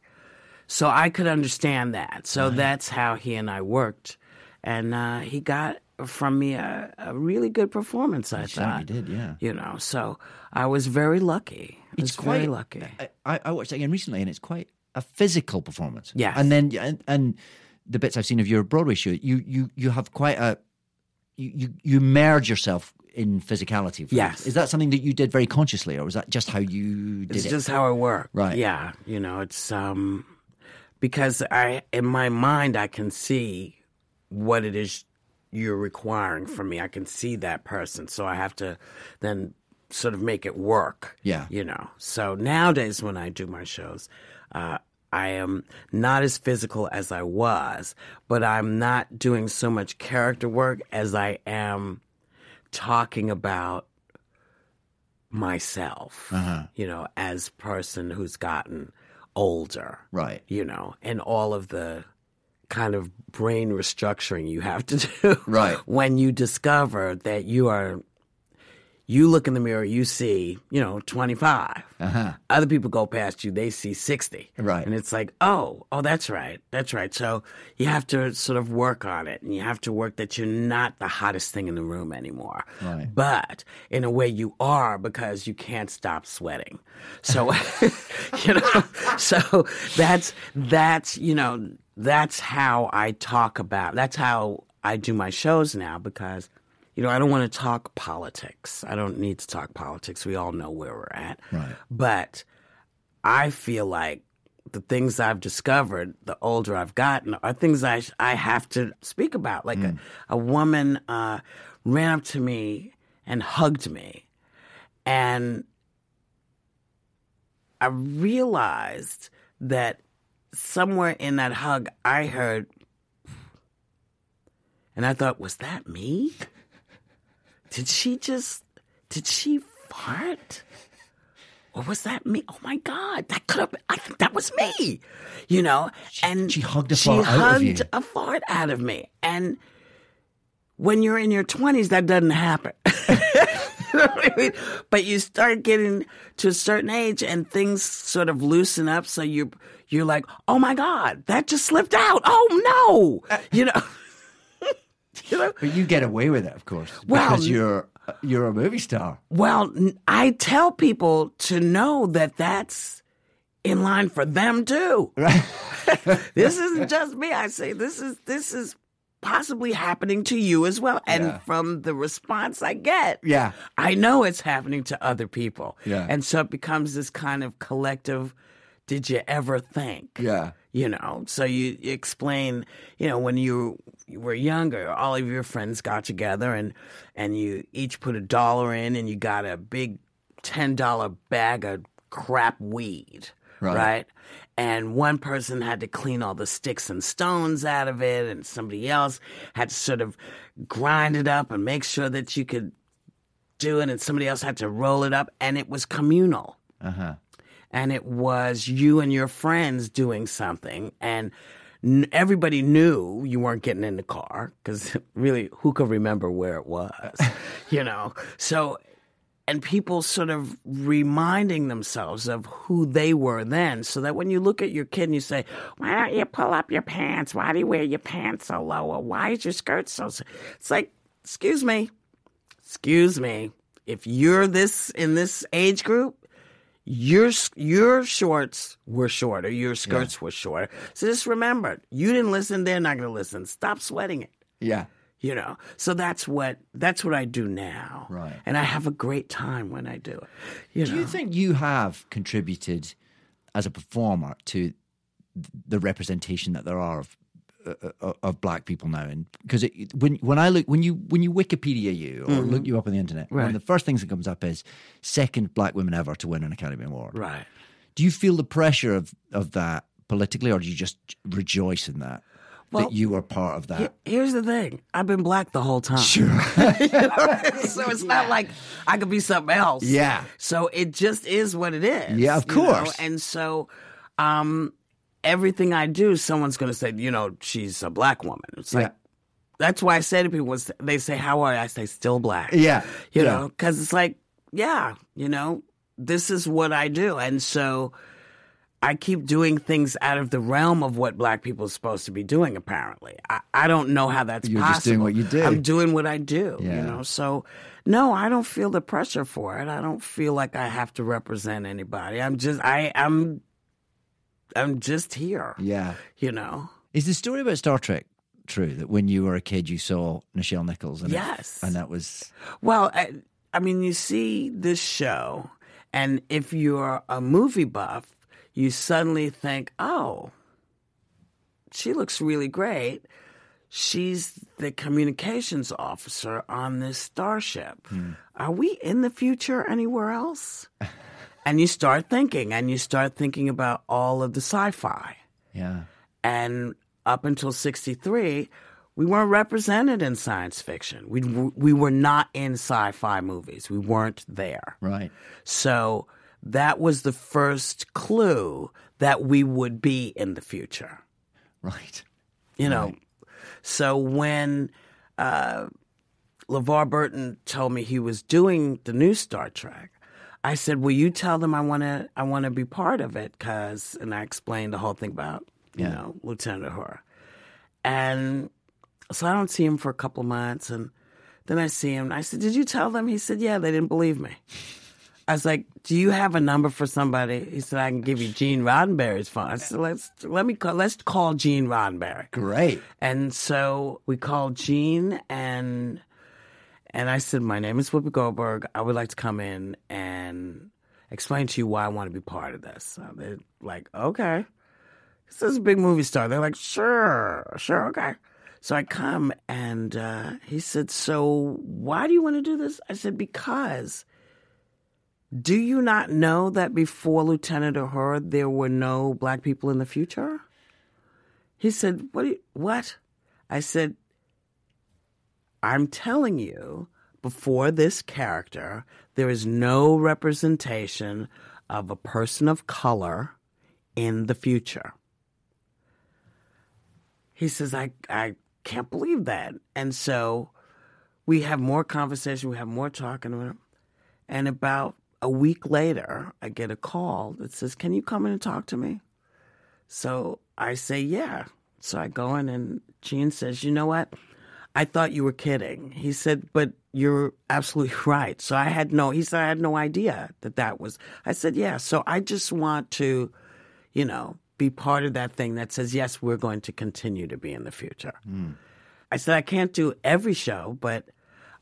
Speaker 2: So I could understand that. So that's how he and I worked. And uh, he got from me a, a really good performance, I
Speaker 1: Sure,
Speaker 2: thought
Speaker 1: you did, yeah.
Speaker 2: you know so i was very lucky I was very lucky
Speaker 1: I- I, I watched it again recently, and it's quite a physical performance.
Speaker 2: Yes.
Speaker 1: and then and, and the bits I've seen of your Broadway show, you you you have quite a you you, you merge yourself in physicality. for
Speaker 2: Yes.
Speaker 1: instance. is that something that you did very consciously, or was that just how you did
Speaker 2: it's
Speaker 1: it?
Speaker 2: just how it worked
Speaker 1: Right.
Speaker 2: yeah you know it's um because i in my mind i can see what it is you're requiring from me i can see that person so i have to then sort of make it work
Speaker 1: Yeah.
Speaker 2: you know so nowadays when i do my shows uh I am not as physical as I was, but I'm not doing so much character work as I am talking about myself,
Speaker 1: Uh-huh.
Speaker 2: you know, as person who's gotten older,
Speaker 1: right.
Speaker 2: you know, and all of the kind of brain restructuring you have to do.
Speaker 1: Right.
Speaker 2: When you discover that you are, you look in the mirror, you see, you know, 25.
Speaker 1: Uh-huh.
Speaker 2: Other people go past you, they see 60.
Speaker 1: Right.
Speaker 2: And it's like, oh, oh, that's right. That's right. So you have to sort of work on it and you have to work that you're not the hottest thing in the room anymore.
Speaker 1: Right.
Speaker 2: But in a way you are because you can't stop sweating. So, you know, so that's, that's, you know, that's how I talk about, that's how I do my shows now because you know, I don't want to talk politics. I don't need to talk politics. We all know where we're at.
Speaker 1: Right.
Speaker 2: But I feel like the things I've discovered, the older I've gotten, are things I sh- I have to speak about. Like a, a woman uh, ran up to me and hugged me, and I realized that somewhere in that hug, I heard, and I thought, was that me? Did she just, did she fart? Or was that me? Oh my God, that could have, been- I think that was me, you know? and
Speaker 1: she hugged a
Speaker 2: she
Speaker 1: fart out of you.
Speaker 2: hugged a fart out of me. And when you're in your 20s, that doesn't happen. You know what I mean? But you start getting to a certain age and things sort of loosen up. So you, you're like, oh my God, that just slipped out. Oh
Speaker 1: Uh,
Speaker 2: no. You know? you know?
Speaker 1: But you get away with it, of course,
Speaker 2: Well,
Speaker 1: because you're you're a movie star.
Speaker 2: Well, n- I tell people to know that that's in line for them too. Right. this isn't just me. I say this is this is possibly happening to you as well. And from the response I get,
Speaker 1: Yeah.
Speaker 2: I know it's happening to other people.
Speaker 1: Yeah.
Speaker 2: And so it becomes this kind of collective did you ever think?
Speaker 1: Yeah.
Speaker 2: you know so you you explain you know when you were younger all of your friends got together and and you each put a dollar in and you got a big $10 bag of crap weed
Speaker 1: Right.
Speaker 2: right, and one person had to clean all the sticks and stones out of it and somebody else had to sort of grind it up and make sure that you could do it and somebody else had to roll it up and it was communal and it was you and your friends doing something and n- everybody knew you weren't getting in the car because really who could remember where it was you know so and people sort of reminding themselves of who they were then so that when you look at your kid and you say why don't you pull up your pants why do you wear your pants so low or why is your skirt so s-" it's like excuse me excuse me if you're this in this age group your your shorts were shorter, your skirts were shorter. So just remember, you didn't listen. They're not going to listen. Stop sweating it.
Speaker 1: Yeah.
Speaker 2: You know. So that's what that's what I do now.
Speaker 1: Right.
Speaker 2: And I have a great time when I do it. You know.
Speaker 1: Do you think you have contributed as a performer to th- the representation that there are of uh, of black people now? And because it, when when I look when you when you Wikipedia you or look you up on the internet, one of
Speaker 2: Mm-hmm. Right.
Speaker 1: the first things that comes up is second black woman ever to win an Academy Award.
Speaker 2: right.
Speaker 1: Do you feel the pressure of of that politically, or do you just rejoice in that
Speaker 2: Well,
Speaker 1: that you are part of that?
Speaker 2: Here's the thing. I've been black the whole time. Sure. so it's not like I could be something else.
Speaker 1: Yeah.
Speaker 2: So it just is what it is.
Speaker 1: Yeah, of
Speaker 2: you know?
Speaker 1: course.
Speaker 2: And so um everything I do, someone's gonna say, you know, she's a black woman. It's like that's why I say to people, is- they say, "How are you?" I say, "Still black."
Speaker 1: Yeah,
Speaker 2: you
Speaker 1: yeah.
Speaker 2: know, because it's like, yeah, you know, this is what I do, and so I keep doing things out of the realm of what black people are supposed to be doing. Apparently, I, I don't know how that's
Speaker 1: You're
Speaker 2: possible.
Speaker 1: just doing what you do.
Speaker 2: I'm doing what I do. You
Speaker 1: Yeah.
Speaker 2: know, so no, I don't feel the pressure for it. I don't feel like I have to represent anybody. I'm just, I, I'm, I'm just here.
Speaker 1: yeah.
Speaker 2: You know.
Speaker 1: Is the story about Star Trek true that when you were a kid you saw Nichelle Nichols? And it-
Speaker 2: Yes.
Speaker 1: and that was
Speaker 2: Well, I, I mean, you see this show, and if you're a movie buff, you suddenly think, oh, she looks really great. She's the communications officer on this starship. Are we in the future anywhere else? and you start thinking, and you start thinking about all of the sci fi.
Speaker 1: yeah,
Speaker 2: And up until 63, we weren't represented in science fiction. We, we were not in sci fi movies. We weren't there.
Speaker 1: right.
Speaker 2: So that was the first clue that we would be in the future
Speaker 1: Right.
Speaker 2: you know. So when uh, LeVar Burton told me he was doing the new Star Trek, I said, "Will you tell them I want to? I want to be part of it." Cause, and I explained the whole thing about you know Lieutenant Uhura, and so I don't see him for a couple of months, and then I see him. And I said, "Did you tell them?" He said, "Yeah, they didn't believe me." I was like, "Do you have a number for somebody?" He said, "I can give you Gene Roddenberry's phone." I said, "Let's let me call, let's call Gene Roddenberry."
Speaker 1: Great.
Speaker 2: And so we called Gene and and I said, My name is Whoopi Goldberg. I would like to come in and explain to you why I want to be part of this. So they're like, Okay. This is a big movie star. They're like, Sure, sure, okay. So I come and uh, he said, So why do you want to do this? I said, Because do you not know that before Lieutenant Uhura there were no black people in the future? He said, "What? do you- what?" I said, "I'm telling you, before this character, there is no representation of a person of color in the future." He says, "I I can't believe that." And so we have more conversation, we have more talking about it. And about a week later, I get a call that says, Can you come in and talk to me? So I say, Yeah. So I go in, and Gene says, You know what? I thought you were kidding. He said, But you're absolutely right. So I had no, he said, I had no idea that that was. I said, Yeah. So I just want to, you know, be part of that thing that says, Yes, we're going to continue to be in the future. I said, I can't do every show, but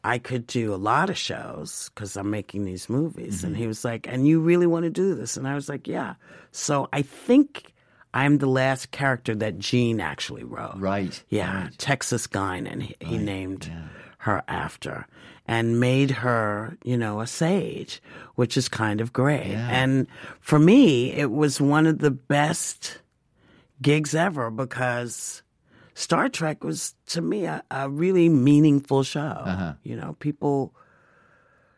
Speaker 2: I could do a lot of shows because I'm making these movies.
Speaker 1: Mm-hmm.
Speaker 2: And he was like, And you really want to do this? And I was like, Yeah. So I think I'm the last character that Gene actually wrote.
Speaker 1: Right.
Speaker 2: Yeah. Texas Guinan, he, he named her after and made her, you know, a sage, which is kind of great. And for me, it was one of the best gigs ever because. Star Trek was to me a, a really meaningful show. You know, people,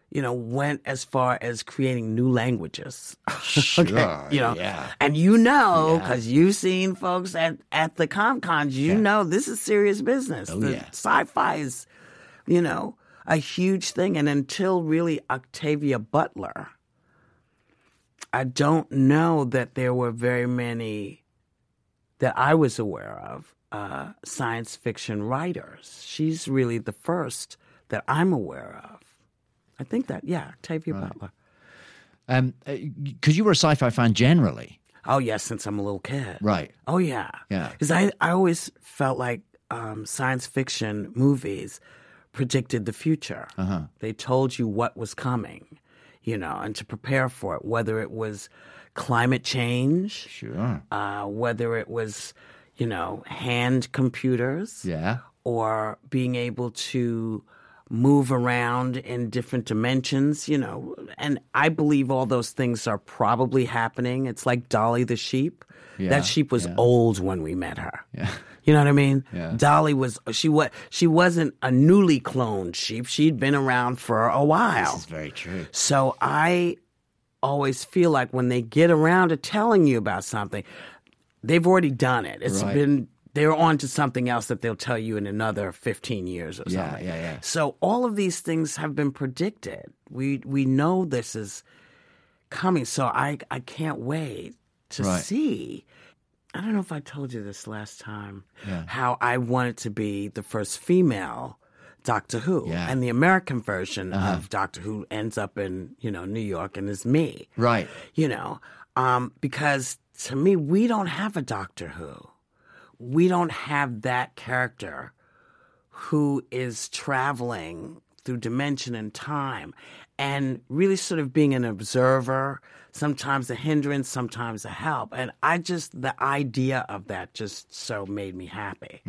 Speaker 2: you know, went as far as creating new languages. Sure, you know,
Speaker 1: yeah.
Speaker 2: and you know, because you've seen folks at at the ComCons, you know, this is serious business. the
Speaker 1: Oh, yeah.
Speaker 2: sci-fi is, you know, a huge thing, and until really Octavia Butler. I don't know that there were very many that I was aware of uh, science fiction writers. She's really the first that I'm aware of. I think that, yeah, Octavia Butler.
Speaker 1: Um, because you were a sci-fi fan generally,
Speaker 2: Oh, yeah, since I'm a little kid.
Speaker 1: right?
Speaker 2: Oh, yeah.
Speaker 1: Yeah.
Speaker 2: Because I, I always felt like um, science fiction movies predicted the future. Uh-huh. They told you what was coming, you know, and to prepare for it, whether it was climate change,
Speaker 1: Sure.
Speaker 2: uh, whether it was, you know, hand computers.
Speaker 1: Yeah.
Speaker 2: or being able to move around in different dimensions, you know. And I believe all those things are probably happening. It's like Dolly the sheep.
Speaker 1: Yeah,
Speaker 2: that sheep was old when we met her.
Speaker 1: Yeah.
Speaker 2: You know what I mean?
Speaker 1: Yeah.
Speaker 2: Dolly was she was she wasn't a newly cloned sheep. She'd been around for a while.
Speaker 1: It's very true.
Speaker 2: So I always feel like when they get around to telling you about something, they've already done it. It's
Speaker 1: Right.
Speaker 2: been they're on to something else that they'll tell you in another 15 years or
Speaker 1: Yeah,
Speaker 2: something.
Speaker 1: yeah, yeah.
Speaker 2: So all of these things have been predicted. We we know this is coming. So I I can't wait to
Speaker 1: Right.
Speaker 2: see. I don't know if I told you this last time how I wanted to be the first female Doctor Who,
Speaker 1: Yeah.
Speaker 2: and the American version of Doctor Who ends up in you know New York and is me,
Speaker 1: Right.
Speaker 2: you know, um, because to me we don't have a Doctor Who, we don't have that character who is traveling through dimension and time and really sort of being an observer, sometimes a hindrance, sometimes a help. And I just, the idea of that just so made me happy.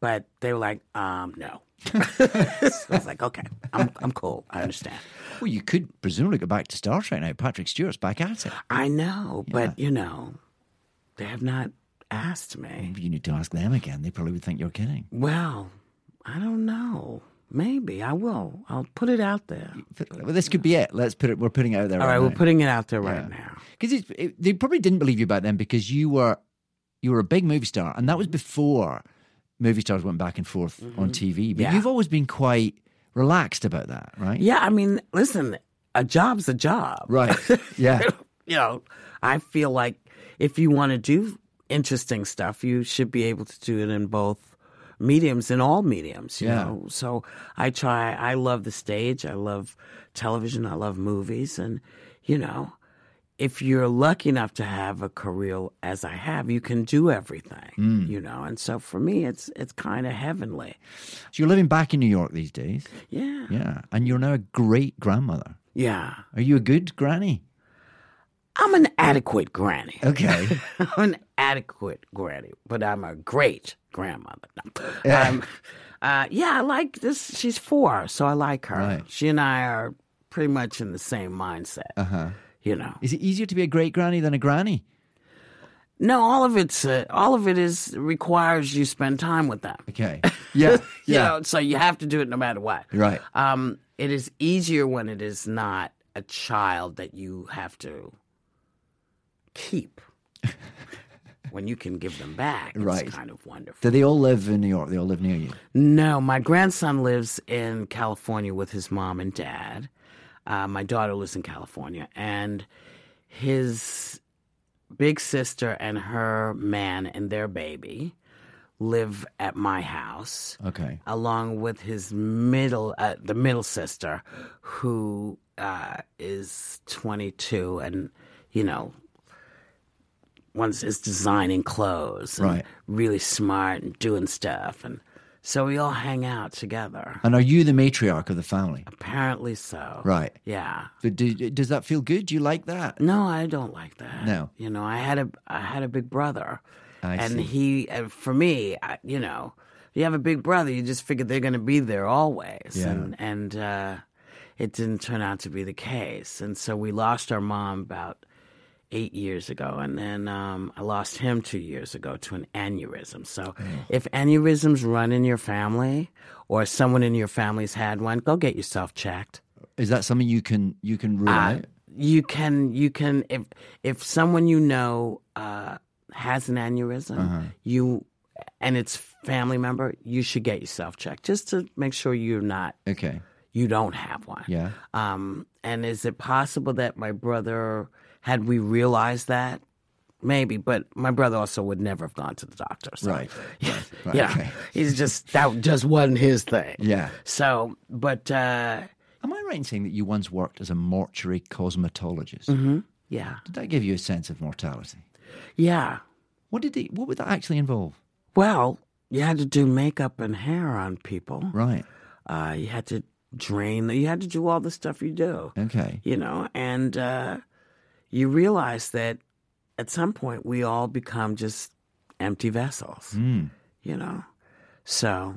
Speaker 2: But they were like, um, no. so I was like, okay, I'm, I'm cool. I understand.
Speaker 1: Well, you could presumably go back to Star Trek now. Patrick Stewart's back at it.
Speaker 2: I know, but you know, they have not asked me.
Speaker 1: You need to ask them again. They probably would think you're kidding.
Speaker 2: Well, I don't know. Maybe I will. I'll put it out there.
Speaker 1: Well, this could be it. Let's put it. We're putting it out there.
Speaker 2: All right, we're putting it out there right
Speaker 1: Yeah.
Speaker 2: now.
Speaker 1: because it, they probably didn't believe you back then because you were you were a big movie star, and that
Speaker 2: Mm-hmm.
Speaker 1: was before movie stars went back and forth on TV. But
Speaker 2: Yeah.
Speaker 1: you've always been quite relaxed about that, right?
Speaker 2: Yeah, I mean, listen, a job's a job.
Speaker 1: Right. Yeah.
Speaker 2: You know, I feel like if you want to do interesting stuff, you should be able to do it in both mediums, in all mediums, you
Speaker 1: Yeah.
Speaker 2: know. So I try, I love the stage, I love television, I love movies, and, you know, if you're lucky enough to have a career as I have, you can do everything, you know. And so for me, it's it's kind of heavenly.
Speaker 1: so you're living back in New York these days.
Speaker 2: Yeah.
Speaker 1: Yeah. And you're now a great grandmother.
Speaker 2: Yeah.
Speaker 1: Are you a good granny?
Speaker 2: I'm an adequate
Speaker 1: Oh,
Speaker 2: granny.
Speaker 1: Okay.
Speaker 2: I'm an adequate granny, but I'm a great grandmother. No.
Speaker 1: Yeah.
Speaker 2: Um, uh, yeah, I like this. She's four, so I like her.
Speaker 1: Right.
Speaker 2: She and I are pretty much
Speaker 1: Uh-huh.
Speaker 2: in the same mindset. You know,
Speaker 1: Is it easier to be a great granny than a granny?
Speaker 2: No, all of it's uh, all of it is requires you spend time with them.
Speaker 1: Okay. Yeah.
Speaker 2: You
Speaker 1: yeah.
Speaker 2: know, so you have to do it no matter what.
Speaker 1: Right.
Speaker 2: Um, it is easier when it is not a child that you have to keep. when you can give them back, it's
Speaker 1: Right.
Speaker 2: kind of wonderful.
Speaker 1: Do they all live in New York? They all live near you.
Speaker 2: No, my grandson lives in California with his mom and dad. Uh, my daughter lives in California, and his big sister and her man and their baby live at my house,
Speaker 1: Okay.
Speaker 2: along with his middle, uh, the middle sister, who uh, is 22 and you know. Once is designing clothes and
Speaker 1: Right.
Speaker 2: really smart and doing stuff and so we all hang out together.
Speaker 1: And are you the matriarch of the family?
Speaker 2: Apparently so.
Speaker 1: Uh, Right.
Speaker 2: Yeah.
Speaker 1: So do, does that feel good? Do you like that?
Speaker 2: No, I don't like that.
Speaker 1: No.
Speaker 2: You know, I had a I had a big brother.
Speaker 1: I
Speaker 2: and
Speaker 1: see.
Speaker 2: he and for me, I, you know, you have a big brother, you just figure they're going to be there always.
Speaker 1: Yeah.
Speaker 2: And and uh it didn't turn out to be the case. And so we lost our mom about 8 years ago and then um I lost him 2 years ago to an aneurysm. So
Speaker 1: Oh.
Speaker 2: if aneurysms run in your family or someone in your family's had one, go get yourself checked.
Speaker 1: Is that something you can you can rule
Speaker 2: Uh,
Speaker 1: out?
Speaker 2: you can you can if if someone you know uh, has an aneurysm,
Speaker 1: Uh-huh.
Speaker 2: you and it's family member, you should get yourself checked just to make sure you're not
Speaker 1: Okay.
Speaker 2: you don't have one.
Speaker 1: Yeah.
Speaker 2: Um, and is it possible that my brother had we realized that? Maybe, but my brother also would never have gone to the doctor. So.
Speaker 1: Right.
Speaker 2: Yeah.
Speaker 1: Right,
Speaker 2: yeah.
Speaker 1: okay.
Speaker 2: He's just that just wasn't his thing.
Speaker 1: Yeah.
Speaker 2: So, but uh,
Speaker 1: Am I right in saying that you once worked as a mortuary cosmetologist?
Speaker 2: Mm-hmm. yeah,
Speaker 1: Did that give you a sense of mortality?
Speaker 2: yeah.
Speaker 1: What did they, what would that actually involve?
Speaker 2: Well, you had to do makeup and hair on people.
Speaker 1: Right.
Speaker 2: Uh, you had to drain. You had to do all the stuff you do.
Speaker 1: Okay.
Speaker 2: You know, and uh, you realize that at some point we all become just empty vessels.
Speaker 1: Hmm.
Speaker 2: You know, so,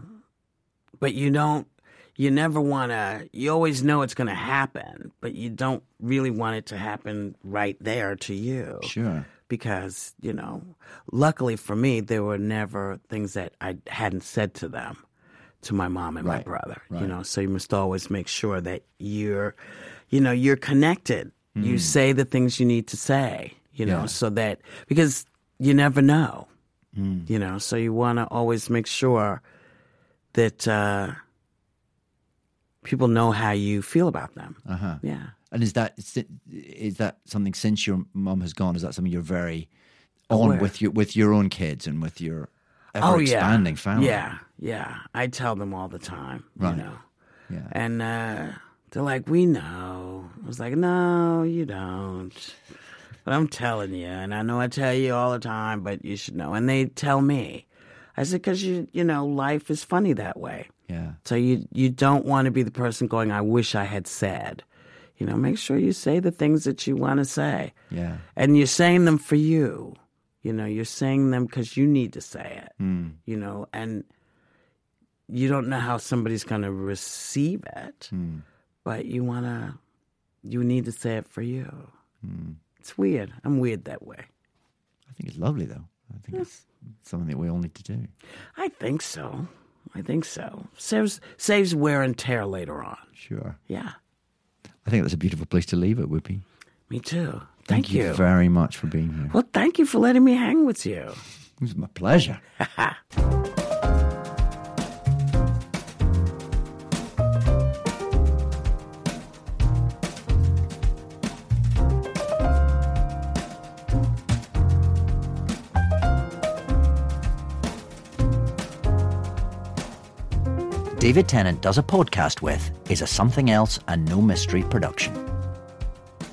Speaker 2: but you don't. You never want to. You always know it's going to happen, but you don't really want it to happen right there to you
Speaker 1: Sure.
Speaker 2: because you know luckily for me there were never things that i hadn't said to them to my mom and my
Speaker 1: Right,
Speaker 2: brother you
Speaker 1: right.
Speaker 2: know so you must always make sure that you're you know you're connected you say the things you need to say you know
Speaker 1: Mm. Yeah.
Speaker 2: so that because you never know
Speaker 1: Mm.
Speaker 2: you know so you want to always make sure that uh people know how you feel about them
Speaker 1: Uh huh.
Speaker 2: yeah
Speaker 1: And is that is that something since your mum has gone? Is that something you're very on
Speaker 2: Aware. Oh,
Speaker 1: with your with your own kids and with your ever expanding family?
Speaker 2: Yeah, yeah. I tell them all the time,
Speaker 1: Right.
Speaker 2: you know.
Speaker 1: Yeah.
Speaker 2: And uh, they're like, "We know." I was like, "No, you don't." But I'm telling you, and I know I tell you all the time, but you should know. And they tell me, I said, "Cause you, you know, life is funny that way.
Speaker 1: yeah,
Speaker 2: So you, you don't want to be the person going, I wish I had said.' You know, make sure you say the things that you want to say."
Speaker 1: yeah.
Speaker 2: and you're saying them for you. You know, you're saying them because you need to say it.
Speaker 1: Hmm.
Speaker 2: You know, and you don't know how somebody's going to receive it,
Speaker 1: Hmm.
Speaker 2: but you want to, you need to say it for you.
Speaker 1: Hmm.
Speaker 2: It's weird. I'm weird that way.
Speaker 1: I think it's lovely though. I think it's something that we all need to do.
Speaker 2: I think so. I think so. Saves saves wear and tear later on.
Speaker 1: Sure.
Speaker 2: Yeah,
Speaker 1: I think that's a beautiful place to leave it, Whoopi.
Speaker 2: me too.
Speaker 1: Thank,
Speaker 2: Thank, you.
Speaker 1: very much for being here.
Speaker 2: well, thank you for letting me hang with you.
Speaker 1: It was my pleasure.
Speaker 5: David Tennant does a podcast with is a Something Else and No Mystery production.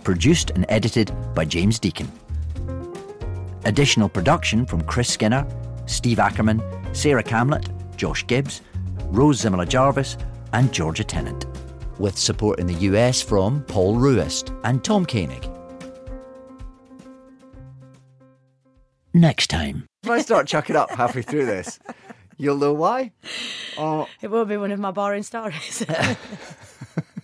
Speaker 5: Produced and edited by James Deacon. Additional production from Chris Skinner, Steve Ackerman, Sarah Camlett, Josh Gibbs, Rose Zimala Jarvis, and Georgia Tennant. With support in the US from Paul Ruist and Tom Koenig. Next time.
Speaker 1: if I start chucking up halfway through this, you'll know why.
Speaker 6: It will be one of my boring stories.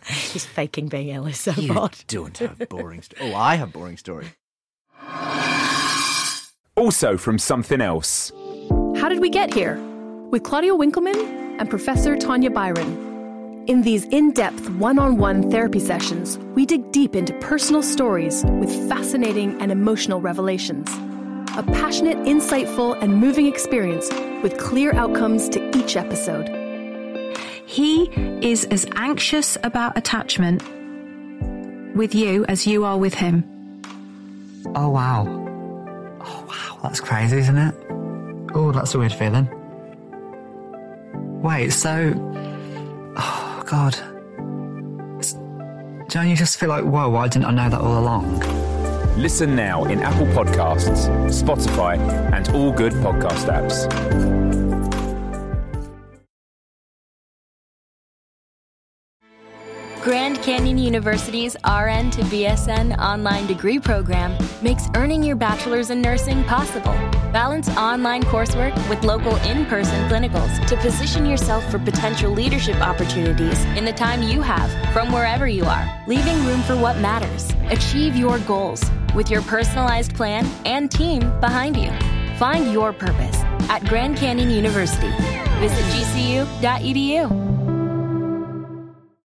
Speaker 6: He's faking being ill is so hard.
Speaker 1: don't have boring. St- oh, I have boring story.
Speaker 3: also from something else.
Speaker 7: How did we get here? With Claudia Winkleman and Professor Tanya Byron. In these in depth one on one therapy sessions, we dig deep into personal stories with fascinating and emotional revelations. A passionate, insightful, and moving experience with clear outcomes to each episode.
Speaker 8: He is as anxious about attachment with you as you are with him.
Speaker 9: Oh, wow. Oh, wow. That's crazy, isn't it? Oh, that's a weird feeling. Wait, so. Oh, God. It's, don't you just feel like, whoa, why didn't I know that all along?
Speaker 3: Listen now in Apple Podcasts, Spotify, and all good podcast apps.
Speaker 10: Grand Canyon University's RN to BSN online degree program makes earning your bachelor's in nursing possible. Balance online coursework with local in person clinicals to position yourself for potential leadership opportunities in the time you have from wherever you are, leaving room for what matters. Achieve your goals with your personalized plan and team behind you. E Find your purpose at Grand Canyon University. Visit gcu.edu.